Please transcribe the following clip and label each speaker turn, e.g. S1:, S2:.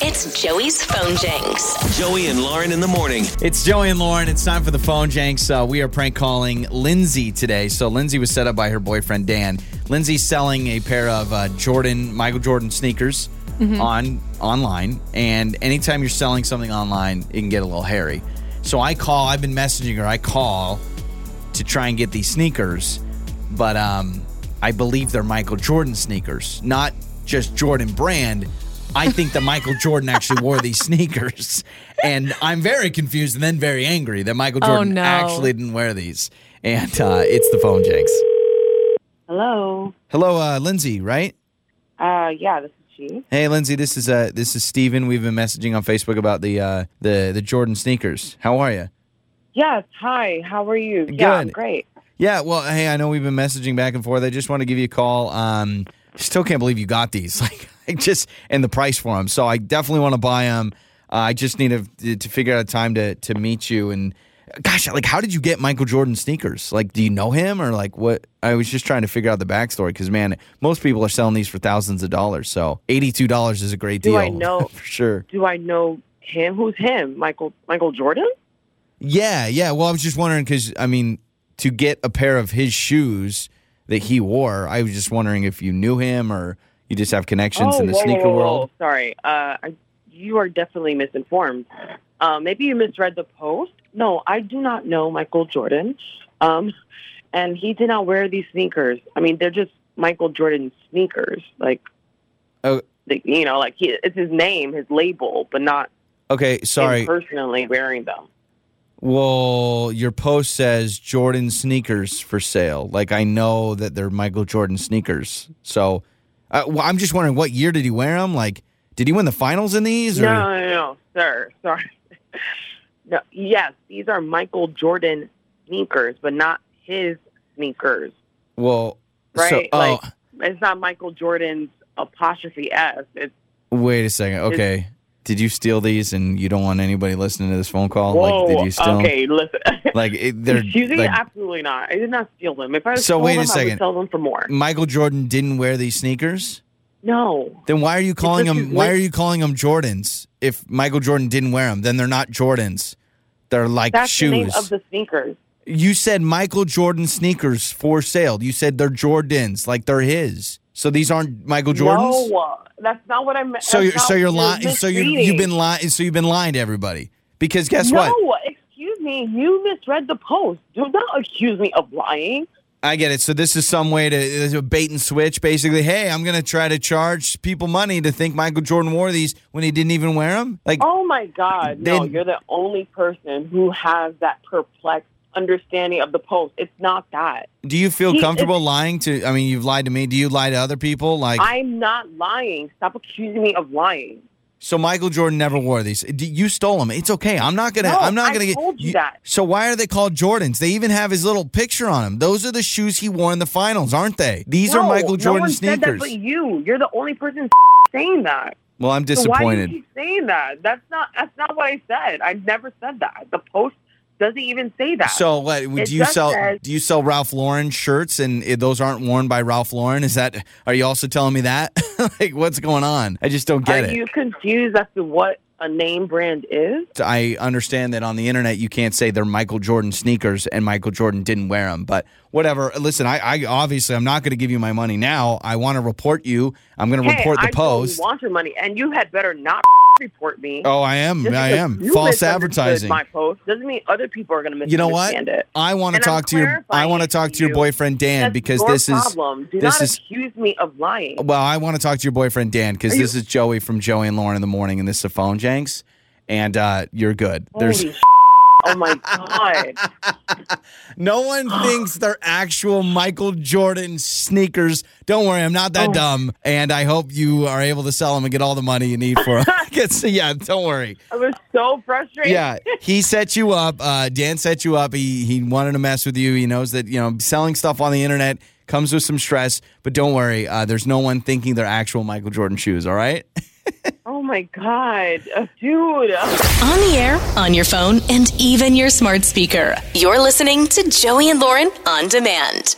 S1: It's Joey's phone janks.
S2: Joey and Lauren in the morning.
S3: It's Joey and Lauren. It's time for the phone janks. Uh, we are prank calling Lindsay today. So Lindsay was set up by her boyfriend Dan. Lindsay's selling a pair of uh, Jordan Michael Jordan sneakers on online, and anytime you're selling something online, it can get a little hairy. So I call. I've been messaging her. I call to try and get these sneakers, but um, I believe they're Michael Jordan sneakers, not just Jordan brand. I think that Michael Jordan actually wore these sneakers, and I'm very confused and then very angry that Michael
S4: Oh,
S3: Jordan
S4: no.
S3: actually didn't wear these. And uh, it's the phone jinx.
S5: Hello.
S3: Hello, uh, Lindsay, right?
S5: Uh, yeah, this is she.
S3: Hey, Lindsay, this is uh, this is Steven. We've been messaging on Facebook about the uh, the the Jordan sneakers. How are you?
S5: Yes. Hi. How are you? Yeah, I'm
S3: Good.
S5: great.
S3: Yeah, well, hey, I know we've been messaging back and forth. I just want to give you a call. Um, still can't believe you got these. Like, I just and the price for them. So I definitely want to buy them. Uh, I just need to to figure out a time to to meet you. And gosh, like, how did you get Michael Jordan sneakers? Like, do you know him or like what? I was just trying to figure out the backstory because man, most people are selling these for thousands of dollars. So eighty two dollars is a great
S5: Do
S3: deal.
S5: I know-
S3: for sure?
S5: Do I know him? Who's him? Michael Michael Jordan?
S3: Yeah, yeah. Well, I was just wondering because I mean, to get a pair of his shoes that he wore, I was just wondering if you knew him or you just have connections in the
S5: Oh, whoa,
S3: sneaker
S5: whoa, whoa,
S3: world.
S5: whoa. Sorry. Uh, I, you are definitely misinformed. Uh, maybe you misread the post. No, I do not know Michael Jordan. Um, and he did not wear these sneakers. I mean, they're just Michael Jordan sneakers. Like,
S3: Oh.
S5: like, you know, like he, it's his name, his label, but not
S3: Okay,
S5: him
S3: sorry.
S5: personally wearing them.
S3: Well, your post says Jordan sneakers for sale. Like I know that they're Michael Jordan sneakers. So, uh, well, I'm just wondering what year did he wear them? Like, did he win the finals in these? Or?
S5: No, no, no, sir. Sorry. No, yes, these are Michael Jordan sneakers, but not his sneakers.
S3: Well, so
S5: Right,
S3: oh,
S5: like- It's not Michael Jordan's apostrophe S. It's
S3: wait a second. Okay. Did you steal these and you don't want anybody listening to this phone call?
S5: whoa.
S3: Oh, like, did you steal 'em?
S5: okay, listen.
S3: Like it, they're
S5: Excuse me,
S3: like,
S5: absolutely not. I did not steal them. If I
S3: So
S5: stole
S3: wait a
S5: them, I
S3: second. Mm,
S5: would sell them for more.
S3: Michael Jordan didn't wear these sneakers.
S5: No,
S3: Then why are you calling
S5: Because
S3: them?
S5: he's
S3: Why
S5: rich.
S3: are you calling them Jordans? If Michael Jordan didn't wear them, then they're not Jordans. They're like
S5: that's
S3: shoes.
S5: the name of the sneakers.
S3: you said Michael Jordan sneakers for sale. You said they're Jordans, like they're his. So these aren't Michael Jordans.
S5: No, that's not what I meant.
S3: so
S5: That's
S3: you're so
S5: not-
S3: you're lying. So you you've
S5: misleading.
S3: been lying. So you've been lying to everybody. Because guess
S5: no,
S3: what?
S5: excuse me. You misread the post. Do not accuse me of lying.
S3: I get it. So this is some way to it's a bait and switch, basically. Hey, I'm gonna try to charge people money to think Michael Jordan wore these when he didn't even wear them. Like,
S5: Oh my God. No,
S3: Then-
S5: you're the only person who has that perplexed understanding of the post. It's not that.
S3: do you feel
S5: he-
S3: comfortable lying to? I mean, you've lied to me. Do you lie to other people? Like,
S5: I'm not lying. Stop accusing me of lying.
S3: so Michael Jordan never wore these. D- You stole them. It's okay. I'm not gonna.
S5: No,
S3: I'm not
S5: I
S3: gonna get.
S5: told you that.
S3: So why are they called Jordans? They even have his little picture on them. Those are the shoes he wore in the finals, aren't they? These
S5: no,
S3: are Michael
S5: no
S3: Jordan
S5: one
S3: sneakers.
S5: Said that but you. You're the only person saying that.
S3: well, I'm
S5: So why do you
S3: disappointed.
S5: keep saying that? That's not that's not what I said. I never said that. The post doesn't even say that.
S3: So what do you
S5: just
S3: sell?
S5: says-
S3: do you sell Ralph Lauren shirts and it, those aren't worn by Ralph Lauren? Is that? Are you also telling me that? like what's going on? I just don't get
S5: Are
S3: it.
S5: you confused as to what a name brand is?
S3: I understand that on the internet you can't say they're Michael Jordan sneakers and Michael Jordan didn't wear them, but whatever. Listen, I, I obviously I'm not going to give you my money now. I want to report you. I'm going to
S5: hey,
S3: report the
S5: I
S3: post.
S5: Don't want your money, and you had better not report me.
S3: oh, I am.
S5: Just
S3: I
S5: because
S3: am
S5: you
S3: false
S5: misunderstood
S3: advertising.
S5: My post doesn't mean other people are going to misunderstand
S3: You know what?
S5: it.
S3: I want to
S5: And I'm
S3: talk to your. I
S5: clarifying
S3: want to
S5: it
S3: talk
S5: to
S3: to your
S5: you.
S3: boyfriend Dan
S5: That's
S3: because
S5: your
S3: this is.
S5: problem. Do
S3: this
S5: not
S3: is- Oh,
S5: accuse me of lying.
S3: Well, I want to talk to your boyfriend Dan because
S5: Are you-
S3: this is Joey from Joey and Lauren in the morning, and this is the phone janks. And uh, you're good. There's
S5: Holy oh my god!
S3: no one thinks they're actual Michael Jordan sneakers. Don't worry, I'm not that
S5: Oh.
S3: dumb. And I hope you are able to sell them and get all the money you need for them. yeah, don't worry.
S5: I was so frustrated.
S3: Yeah, he set you up. Uh, Dan set you up. He he wanted to mess with you. He knows that you know selling stuff on the internet comes with some stress. But don't worry, uh, there's no one thinking they're actual Michael Jordan shoes. All right.
S5: Oh my god, Uh, dude.
S1: On the air, on your phone, and even your smart speaker. You're listening to Joey and Lauren on demand.